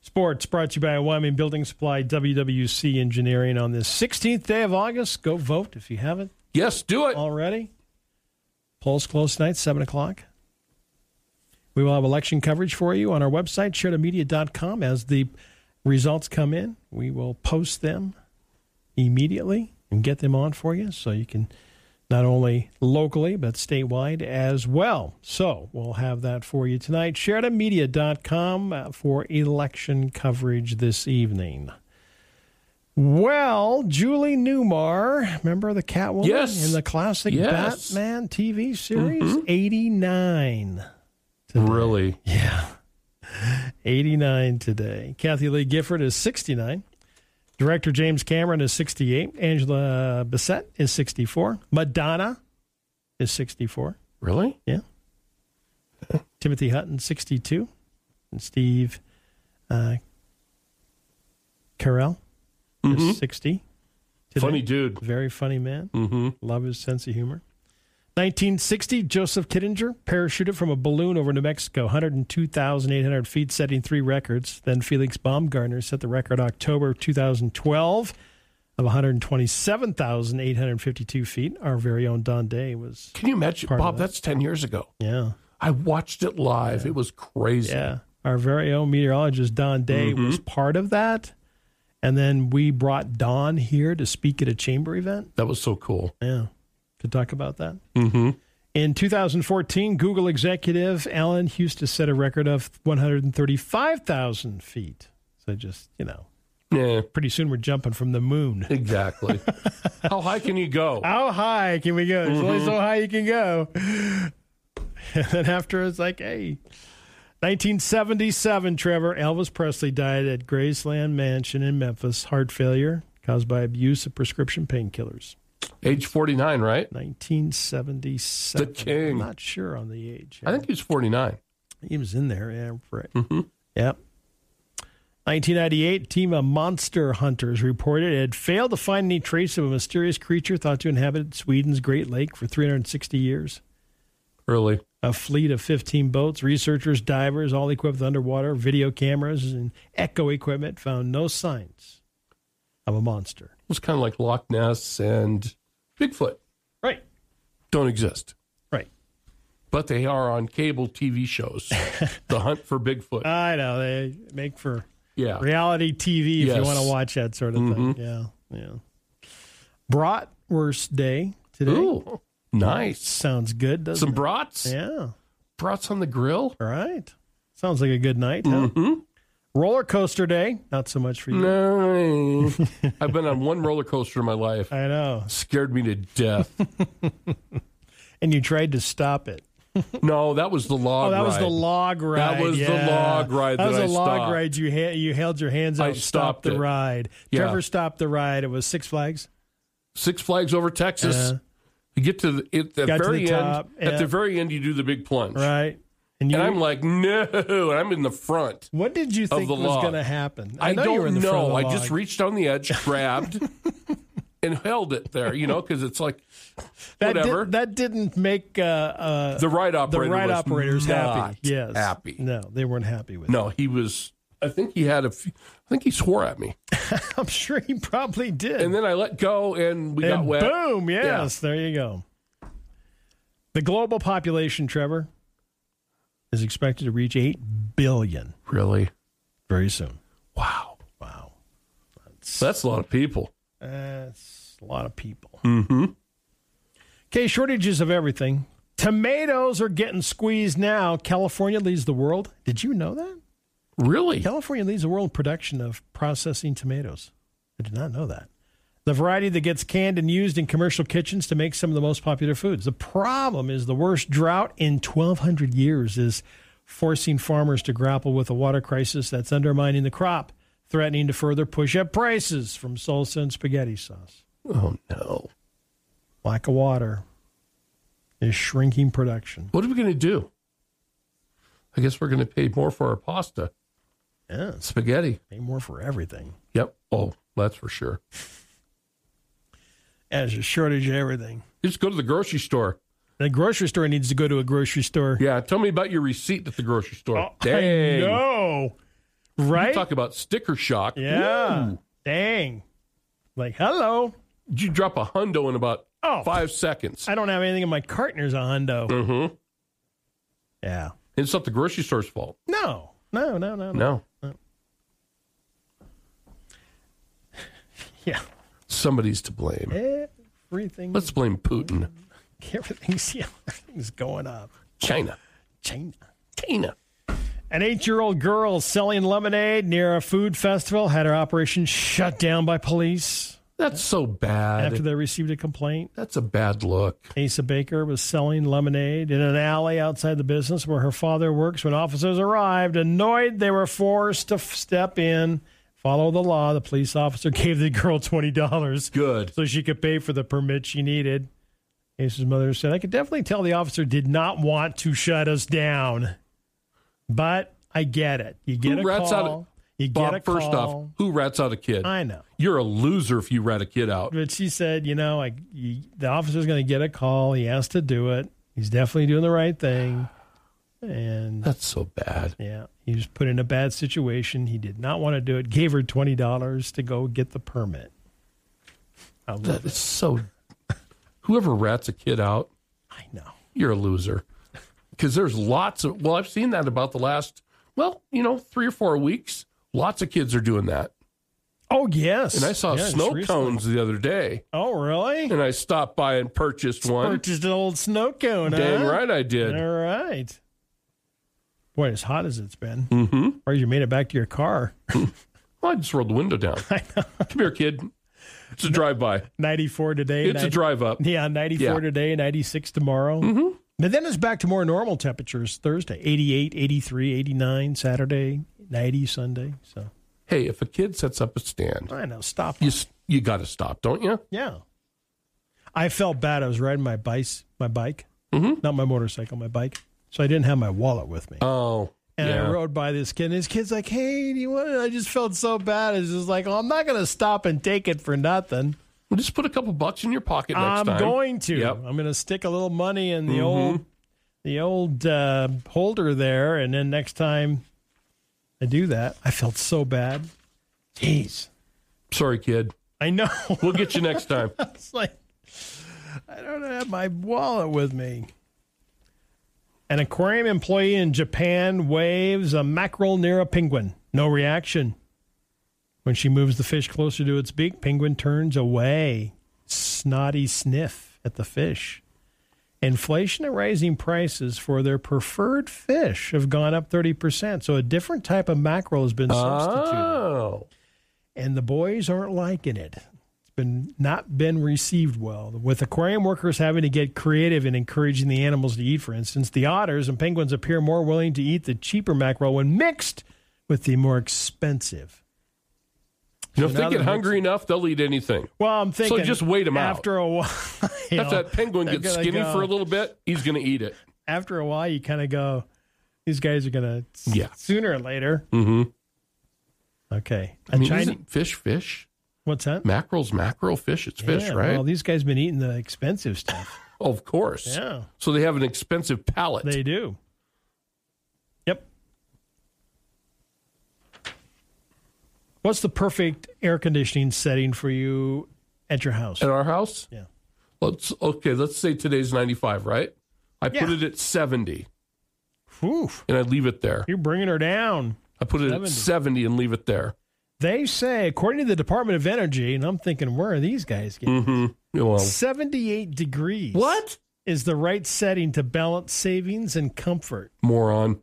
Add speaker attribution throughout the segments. Speaker 1: Sports brought to you by Wyoming Building Supply, WWC Engineering on this 16th day of August. Go vote if you haven't
Speaker 2: Yes, do it.
Speaker 1: already. Polls close tonight, 7 o'clock. We will have election coverage for you on our website, sharedomedia.com. As the results come in, we will post them immediately and get them on for you so you can not only locally but statewide as well. So we'll have that for you tonight. Sharedomedia.com uh, for election coverage this evening. Well, Julie Newmar, remember the Catwoman
Speaker 2: Yes.
Speaker 1: in the classic
Speaker 2: Yes. Mm-hmm.
Speaker 1: Batman TV series? 89.
Speaker 2: Really?
Speaker 1: Yeah. 89 today. Kathy Lee Gifford is 69. Director James Cameron is 68. Angela Bassett is 64. Madonna is 64.
Speaker 2: Really?
Speaker 1: Yeah. Timothy Hutton, 62. And Steve uh, Carell is 60. today.
Speaker 2: Funny dude.
Speaker 1: Very funny man.
Speaker 2: Mm-hmm.
Speaker 1: Love his sense of humor. 1960, Joseph Kittinger parachuted from a balloon over New Mexico, 102,800 feet, setting three records. Then Felix Baumgartner set the record October 2012 of 127,852 feet. Our very own Don Day was,
Speaker 2: Can you imagine,
Speaker 1: Part of
Speaker 2: Bob?
Speaker 1: that.
Speaker 2: That's ten years ago.
Speaker 1: yeah,
Speaker 2: I watched it live. It was crazy.
Speaker 1: yeah. Our very own meteorologist Don Day was part of that. And then we brought Don here to speak at a chamber event.
Speaker 2: That was so cool.
Speaker 1: Yeah. To talk about that.
Speaker 2: Mm-hmm.
Speaker 1: In 2014, Google executive Alan Houston set a record of 135,000 feet. So just, you know,
Speaker 2: Yeah,
Speaker 1: pretty soon we're jumping from the moon.
Speaker 2: exactly. How high can you go?
Speaker 1: How high can we go? There's only so high you can go. and then after it's like, hey. 1977, Trevor, Elvis Presley died at Graceland Mansion in Memphis, heart failure caused by abuse of prescription painkillers.
Speaker 2: Age forty-nine, right?
Speaker 1: 1977.
Speaker 2: The king.
Speaker 1: I'm not sure on the age.
Speaker 2: I Mm-hmm. think he was forty-nine.
Speaker 1: He was in there. Yeah, right. Yep. 1998, team of monster hunters reported it had failed to find any trace of a mysterious creature thought to inhabit Sweden's Great Lake for 360 years.
Speaker 2: Early.
Speaker 1: A fleet of 15 boats, researchers, divers, all equipped with underwater video cameras and echo equipment, found no signs of a monster.
Speaker 2: It was kind of like Loch Ness and Bigfoot.
Speaker 1: Right,
Speaker 2: Don't exist,
Speaker 1: right.
Speaker 2: but they are on cable TV shows. the Hunt for Bigfoot.
Speaker 1: I know they make for
Speaker 2: yeah.
Speaker 1: reality TV if you
Speaker 2: Yes. Mm-hmm.
Speaker 1: want to watch that sort of thing. Yeah, yeah. Bratwurst Day today.
Speaker 2: Ooh, nice.
Speaker 1: Sounds good, doesn't
Speaker 2: Some
Speaker 1: it?
Speaker 2: brats.
Speaker 1: yeah.
Speaker 2: Brats on the grill.
Speaker 1: All right. Sounds like a good night. Huh?
Speaker 2: Mm-hmm.
Speaker 1: Roller coaster day. Not so much for you.
Speaker 2: No, I've been on one roller coaster in my life.
Speaker 1: I know.
Speaker 2: Scared me to death.
Speaker 1: And you tried to stop it.
Speaker 2: No, that was the log.
Speaker 1: Oh, that
Speaker 2: ride.
Speaker 1: was the log ride.
Speaker 2: was the
Speaker 1: yeah.
Speaker 2: log ride
Speaker 1: That was
Speaker 2: that
Speaker 1: the
Speaker 2: I
Speaker 1: log
Speaker 2: stopped.
Speaker 1: ride. You ha- you held your hands out.
Speaker 2: I
Speaker 1: and
Speaker 2: stopped
Speaker 1: the
Speaker 2: it.
Speaker 1: ride.
Speaker 2: Yeah.
Speaker 1: Trevor stopped the ride. It was Six Flags.
Speaker 2: Six Flags over Texas.
Speaker 1: Yeah.
Speaker 2: You get to the, at the
Speaker 1: Got to
Speaker 2: very
Speaker 1: the
Speaker 2: end.
Speaker 1: top, yeah.
Speaker 2: At the very end, you do the big plunge,
Speaker 1: Right. you,
Speaker 2: and I'm like, no, and I'm in the front.
Speaker 1: what did you think
Speaker 2: the
Speaker 1: was
Speaker 2: log.
Speaker 1: going to happen?
Speaker 2: I,
Speaker 1: know
Speaker 2: don't
Speaker 1: you were in the
Speaker 2: know.
Speaker 1: Front of the
Speaker 2: I just
Speaker 1: log.
Speaker 2: reached on the edge, grabbed, and held it there. You know, because it's like
Speaker 1: that
Speaker 2: whatever.
Speaker 1: Did, that didn't make uh, uh,
Speaker 2: the ride
Speaker 1: the
Speaker 2: operator.
Speaker 1: ride
Speaker 2: was
Speaker 1: operators
Speaker 2: not
Speaker 1: happy. Yes.
Speaker 2: happy.
Speaker 1: No, they weren't happy with. it.
Speaker 2: No, he was. I think he had a. Few, I think he swore at me,
Speaker 1: I'm sure he probably did.
Speaker 2: and then I let go, and we got
Speaker 1: And
Speaker 2: wet.
Speaker 1: boom, yes, there you go. The global population, Trevor, is expected to reach 8 billion
Speaker 2: Really?
Speaker 1: very soon.
Speaker 2: Wow,
Speaker 1: Wow.
Speaker 2: that's a lot of people.
Speaker 1: That's a lot of people. Mm-hmm. Okay, shortages of everything. Tomatoes are getting squeezed now. California leads the world. Did you know that?
Speaker 2: Really?
Speaker 1: California leads the world in production of processing tomatoes. I did not know that. The variety that gets canned and used in commercial kitchens to make some of the most popular foods. The problem is the worst drought in 1,200 years is forcing farmers to grapple with a water crisis that's undermining the crop, threatening to further push up prices from salsa and spaghetti sauce.
Speaker 2: Oh no!
Speaker 1: Lack of water is shrinking production.
Speaker 2: What are we going to do? I guess we're going to pay more for our pasta,
Speaker 1: Yes.
Speaker 2: spaghetti.
Speaker 1: Pay more for everything.
Speaker 2: Yep. Oh, that's for sure.
Speaker 1: As a shortage of everything.
Speaker 2: Just go to the grocery store.
Speaker 1: The grocery store needs to go to a grocery store.
Speaker 2: Yeah. Tell me about your receipt at the grocery store.
Speaker 1: Oh, I
Speaker 2: Dang.
Speaker 1: know. Oh, Right?
Speaker 2: Talk about sticker shock.
Speaker 1: yeah.
Speaker 2: Ooh.
Speaker 1: Dang. Like, hello.
Speaker 2: you drop a hundo in about
Speaker 1: Oh.
Speaker 2: five seconds.
Speaker 1: I don't have anything in my cart and there's a hundo.
Speaker 2: Mm-hmm.
Speaker 1: Yeah.
Speaker 2: It's not the grocery store's fault.
Speaker 1: No. No, no, no, no.
Speaker 2: No.
Speaker 1: Yeah.
Speaker 2: Somebody's to blame.
Speaker 1: Everything
Speaker 2: Let's blame Putin,
Speaker 1: everything's yeah, everything's going up.
Speaker 2: China,
Speaker 1: China.
Speaker 2: China.
Speaker 1: An eight-year-old girl selling lemonade near a food festival had her operation shut down by police
Speaker 2: That's so bad.
Speaker 1: after they received a complaint.
Speaker 2: That's a bad look.
Speaker 1: Asa Baker was selling lemonade in an alley outside the business where her father works. When officers arrived, annoyed, they were forced to f- step in, follow the law. The police officer gave the girl twenty dollars
Speaker 2: Good.
Speaker 1: so she could pay for the permit she needed. Ace's mother said, "I could definitely tell the officer did not want to shut us down, but I get it. You get
Speaker 2: Who
Speaker 1: a
Speaker 2: rats out
Speaker 1: call.
Speaker 2: of-
Speaker 1: you get a
Speaker 2: Bob, first
Speaker 1: call.
Speaker 2: off, who rats out a kid?
Speaker 1: I know."
Speaker 2: You're a loser if you rat a kid out.
Speaker 1: But she said, you know, like you, the officer's going to get a call. He has to do it. He's definitely doing the right thing. And
Speaker 2: That's so bad.
Speaker 1: yeah, he was put in a bad situation. He did not want to do it. Gave her twenty dollars to go get the permit. I love
Speaker 2: That is so. Whoever rats a kid out,
Speaker 1: I know.
Speaker 2: you're a loser. Because there's lots of. Well, I've seen that about the last, well, you know, three or four weeks. Lots of kids are doing that.
Speaker 1: Oh yes.
Speaker 2: And I saw
Speaker 1: Yes,
Speaker 2: snow
Speaker 1: recently.
Speaker 2: cones the other day,
Speaker 1: Oh really?
Speaker 2: and I stopped by and purchased one.
Speaker 1: Purchased an old snow cone.
Speaker 2: Dang
Speaker 1: huh?
Speaker 2: right I did.
Speaker 1: All right. Boy, as hot as it's been.
Speaker 2: Mm-hmm.
Speaker 1: Or you made it back to your car.
Speaker 2: Well, I just rolled the window down. Come here, kid. It's a drive by.
Speaker 1: Ninety-four today.
Speaker 2: It's a
Speaker 1: 90
Speaker 2: drive up.
Speaker 1: Yeah, 94
Speaker 2: Yeah.
Speaker 1: today, 96 tomorrow. Mm-hmm. But then it's back to more normal temperatures Thursday, 88, 83, 89, Saturday, 90 Sunday. So
Speaker 2: Hey, if a kid sets up a stand,
Speaker 1: I know, stop.
Speaker 2: you s- you got to stop, don't you?
Speaker 1: Yeah. I felt bad. I was riding my bike, my bike,
Speaker 2: Mhm.
Speaker 1: not my motorcycle, my bike. So I didn't have my wallet with me.
Speaker 2: Oh,
Speaker 1: and
Speaker 2: yeah.
Speaker 1: I rode by this kid, and this kid's like, hey, do you want it? I just felt so bad. It's just like, well, I'm not going to stop and take it for nothing.
Speaker 2: Well, just put a couple bucks in your pocket next
Speaker 1: I'm
Speaker 2: time.
Speaker 1: going to.
Speaker 2: Yep. Mm-hmm.
Speaker 1: I'm going to stick a little money in the old the old uh, holder there, and then next time I do that, I felt so bad. Jeez,
Speaker 2: Sorry, kid.
Speaker 1: I know.
Speaker 2: We'll get you next time.
Speaker 1: it's like I don't have my wallet with me. An aquarium employee in Japan waves a mackerel near a penguin. No reaction. When she moves the fish closer to its beak, penguin turns away. Snotty sniff at the fish. Inflation and rising prices for their preferred fish have gone up 30%. So a different type of mackerel has been
Speaker 2: Ah.
Speaker 1: substituted
Speaker 2: Oh,
Speaker 1: and the boys aren't liking it. It's been not been received well. With aquarium workers having to get creative in encouraging the animals to eat, for instance, the otters and penguins appear more willing to eat the cheaper mackerel when mixed with the more expensive.
Speaker 2: you know, if
Speaker 1: So now
Speaker 2: they
Speaker 1: they're
Speaker 2: get hungry enough, they'll eat anything.
Speaker 1: Well, I'm thinking
Speaker 2: just wait 'em out.
Speaker 1: after a while. you
Speaker 2: If
Speaker 1: know,
Speaker 2: that penguin
Speaker 1: they're
Speaker 2: gets
Speaker 1: gonna
Speaker 2: skinny
Speaker 1: go-
Speaker 2: for a little bit, he's going to eat it.
Speaker 1: After a while, you kind of go, these guys are gonna s-
Speaker 2: Yeah.
Speaker 1: sooner or later.
Speaker 2: Mm-hmm.
Speaker 1: Okay, a
Speaker 2: I mean,
Speaker 1: Chinese.
Speaker 2: isn't fish fish?
Speaker 1: What's that?
Speaker 2: Mackerel's mackerel fish. It's fish,
Speaker 1: Yeah,
Speaker 2: right? Oh,
Speaker 1: Well, these guys been eating the expensive stuff.
Speaker 2: of course.
Speaker 1: yeah.
Speaker 2: So they have an expensive palate.
Speaker 1: They do. Yep. What's the perfect air conditioning setting for you at your house?
Speaker 2: At our house,
Speaker 1: Yeah.
Speaker 2: let's okay. Let's say today's ninety-five, right? I put
Speaker 1: Yeah.
Speaker 2: it at seventy,
Speaker 1: Oof,
Speaker 2: and I leave it there.
Speaker 1: you're bringing her down.
Speaker 2: I put it
Speaker 1: 70.
Speaker 2: at seventy and leave it there.
Speaker 1: They say, according to the Department of Energy, and I'm thinking, where are these guys getting?
Speaker 2: Mm-hmm. Well,
Speaker 1: 78 degrees.
Speaker 2: what
Speaker 1: Is the right setting to balance savings and comfort.
Speaker 2: moron?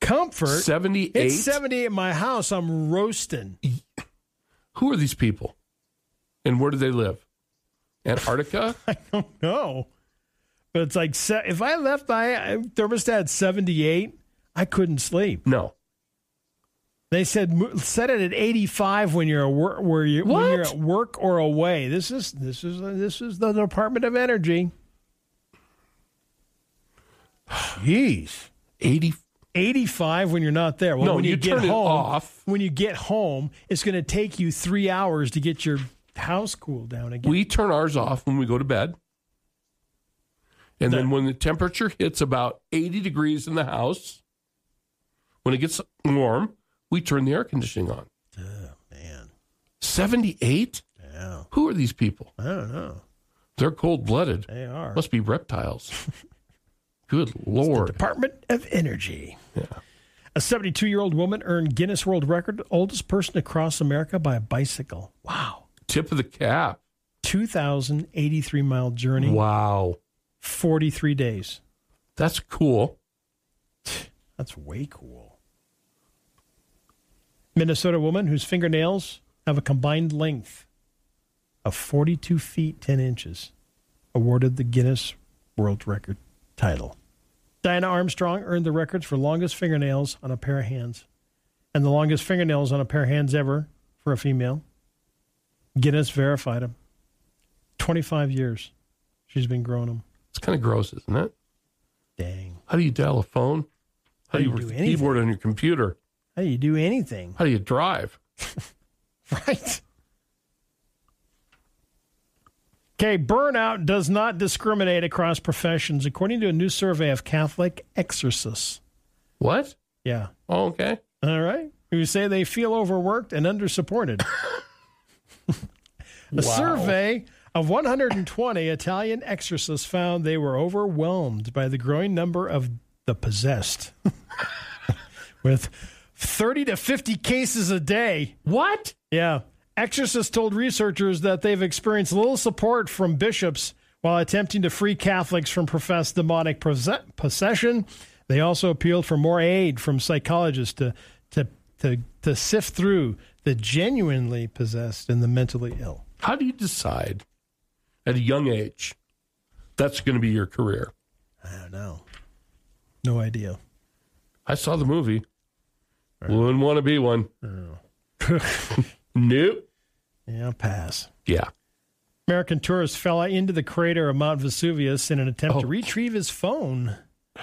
Speaker 1: Comfort?
Speaker 2: Seventy-eight.
Speaker 1: It's 78 in my house. I'm roasting.
Speaker 2: Who are these people? And where do they live? Antarctica?
Speaker 1: I don't know. But it's like se- if I left my uh, thermostat at 78, I couldn't sleep.
Speaker 2: no.
Speaker 1: They said mo- set it at 85 when you're at work, where you when you're
Speaker 2: What?
Speaker 1: at work or away. This is this is this is the Department of Energy. Jeez.
Speaker 2: Eighty.
Speaker 1: 85 when you're not there. Well,
Speaker 2: No,
Speaker 1: when
Speaker 2: you
Speaker 1: get
Speaker 2: turn it
Speaker 1: home,
Speaker 2: off.
Speaker 1: When you get home, it's going to take you 3 hours to get your house cooled down again.
Speaker 2: We turn ours off when we go to bed. And then when the temperature hits about 80 degrees in the house, when it gets warm, we turned the air conditioning on.
Speaker 1: Oh, man.
Speaker 2: 78?
Speaker 1: Yeah.
Speaker 2: Who are these people?
Speaker 1: I don't know.
Speaker 2: They're cold blooded.
Speaker 1: They are.
Speaker 2: Must be reptiles. Good
Speaker 1: the
Speaker 2: Lord.
Speaker 1: Department of Energy.
Speaker 2: Yeah.
Speaker 1: A 72 year old woman earned Guinness World Record, oldest person to cross America by a bicycle. Wow.
Speaker 2: Tip of the cap.
Speaker 1: 2,083 mile journey,
Speaker 2: Wow.
Speaker 1: 43 days.
Speaker 2: That's cool.
Speaker 1: That's way cool. Minnesota woman whose fingernails have a combined length of 42 feet 10 inches awarded the Guinness World Record title. Diana Armstrong earned the records for longest fingernails on a pair of hands and the longest fingernails on a pair of hands ever for a female. Guinness verified them. 25 years she's been growing them.
Speaker 2: It's kind of gross, isn't it?
Speaker 1: Dang.
Speaker 2: How do you dial a phone? How, do you, do
Speaker 1: anything?
Speaker 2: keyboard on your computer?
Speaker 1: How do you do anything?
Speaker 2: How do you drive?
Speaker 1: Right. Okay, burnout does not discriminate across professions, according to a new survey of Catholic exorcists.
Speaker 2: What?
Speaker 1: Yeah.
Speaker 2: Oh, okay.
Speaker 1: All right. Who say they feel overworked and undersupported. a survey of 120 Italian exorcists found they were overwhelmed by the growing number of the possessed, with 30 to 50 cases a day.
Speaker 2: What?
Speaker 1: Yeah. Exorcists told researchers that they've experienced little support from bishops while attempting to free Catholics from professed demonic posse- possession. They also appealed for more aid from psychologists to, to, to, to sift through the genuinely possessed and the mentally ill.
Speaker 2: How do you decide at a young age that's going to be your career?
Speaker 1: I don't know. No idea.
Speaker 2: I saw the movie. Wouldn't want to be one. Oh. nope.
Speaker 1: Yeah, pass.
Speaker 2: Yeah.
Speaker 1: American tourist fell into the crater of Mount Vesuvius in an attempt to retrieve his phone.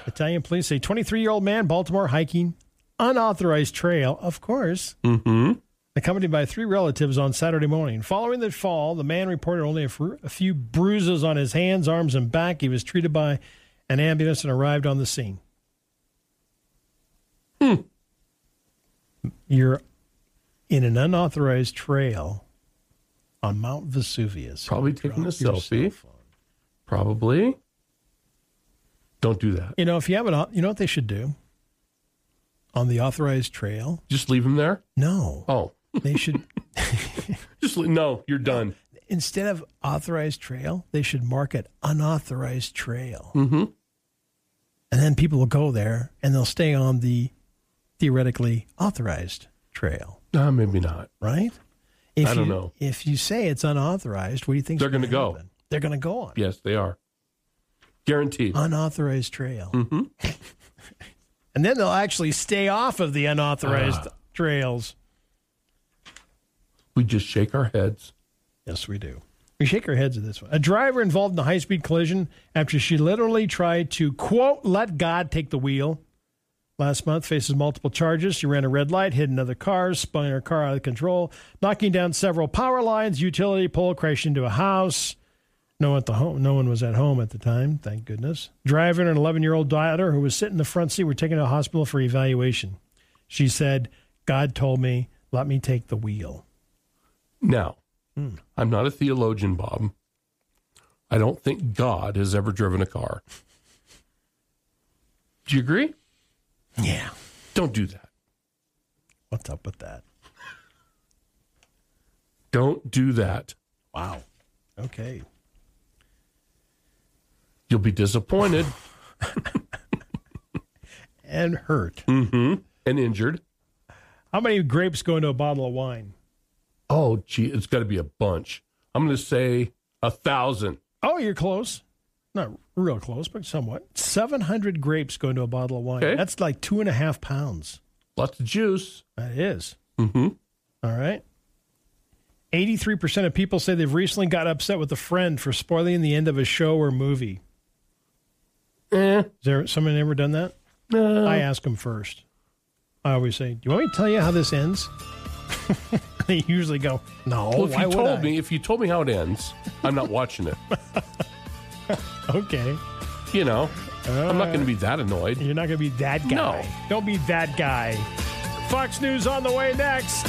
Speaker 1: Italian police say 23 year old man, Baltimore hiking, unauthorized trail, of course,
Speaker 2: Mm-hmm.
Speaker 1: accompanied by three relatives on Saturday morning. Following the fall, the man reported only a, fr- a few bruises on his hands, arms, and back. He was treated by an ambulance and arrived on the scene. You're in an unauthorized trail on Mount Vesuvius.
Speaker 2: Probably taking a
Speaker 1: Drop your
Speaker 2: selfie.
Speaker 1: cell phone.
Speaker 2: Probably. Don't do that.
Speaker 1: You know, if you have an, au- you know what they should do on the authorized trail?
Speaker 2: Just leave him there.
Speaker 1: No,
Speaker 2: Oh,
Speaker 1: they should
Speaker 2: just le- no. You're done.
Speaker 1: instead of authorized trail, they should mark it unauthorized trail,
Speaker 2: Mm-hmm.
Speaker 1: and then people will go there and they'll stay on the theoretically authorized trail,
Speaker 2: No, maybe not.
Speaker 1: right? If
Speaker 2: I don't
Speaker 1: you,
Speaker 2: know.
Speaker 1: If you say it's unauthorized, what do you think
Speaker 2: They're gonna go.
Speaker 1: They're going to go on
Speaker 2: Yes, they are. Guaranteed.
Speaker 1: unauthorized trail, and then they'll actually stay off of the unauthorized trails.
Speaker 2: We just shake our heads.
Speaker 1: Yes, we do. We shake our heads at this one. A driver involved in a high speed collision after she literally tried to, quote, let God take the wheel. Last month, faces multiple charges. She ran a red light, hit another car, spun her car out of control, knocking down several power lines, utility pole, crashed into a house. No one at the home. No one was at home at the time. Thank goodness. Driver and an 11 year old daughter who was sitting in the front seat were taken to the hospital for evaluation. She said, "God told me, let me take the wheel."
Speaker 2: Now, I'm not a theologian, Bob. I don't think God has ever driven a car. Do you agree?
Speaker 1: Yeah.
Speaker 2: Don't do that.
Speaker 1: What's up with that?
Speaker 2: Don't do that.
Speaker 1: Wow. Okay.
Speaker 2: You'll be disappointed
Speaker 1: And hurt.
Speaker 2: Mm-hmm. and injured.
Speaker 1: How many grapes go into a bottle of wine?
Speaker 2: Oh, gee, it's got to be a bunch. I'm going to say a thousand.
Speaker 1: Oh, you're close. Not real close, but somewhat. 700 grapes go into a bottle of wine.
Speaker 2: Okay.
Speaker 1: That's like two and a half pounds.
Speaker 2: Lots of juice.
Speaker 1: That is.
Speaker 2: Mm-hmm.
Speaker 1: All right. 83% of people say they've recently got upset with a friend for spoiling the end of a show or movie.
Speaker 2: Eh,
Speaker 1: Is there someone ever done that?
Speaker 2: no.
Speaker 1: I ask them first. I always say, Do you want me to tell you how this ends? they usually go, No.
Speaker 2: well, if
Speaker 1: why
Speaker 2: you
Speaker 1: would
Speaker 2: told
Speaker 1: I?"
Speaker 2: me, if you told me how it ends, I'm not watching it.
Speaker 1: Okay.
Speaker 2: You know, I'm not going to be that annoyed.
Speaker 1: You're not going to be that guy.
Speaker 2: No.
Speaker 1: Don't be that guy. Fox News on the way next.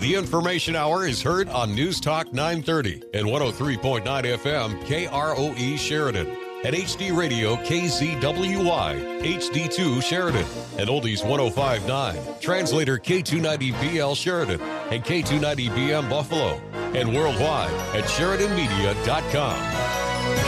Speaker 3: The Information Hour is heard on News Talk 930 and 103.9 FM KROE E Sheridan. At HD Radio KZWY, HD2 Sheridan. At Oldies 1059, Translator K290BL Sheridan and K290BM Buffalo. And worldwide at SheridanMedia.com.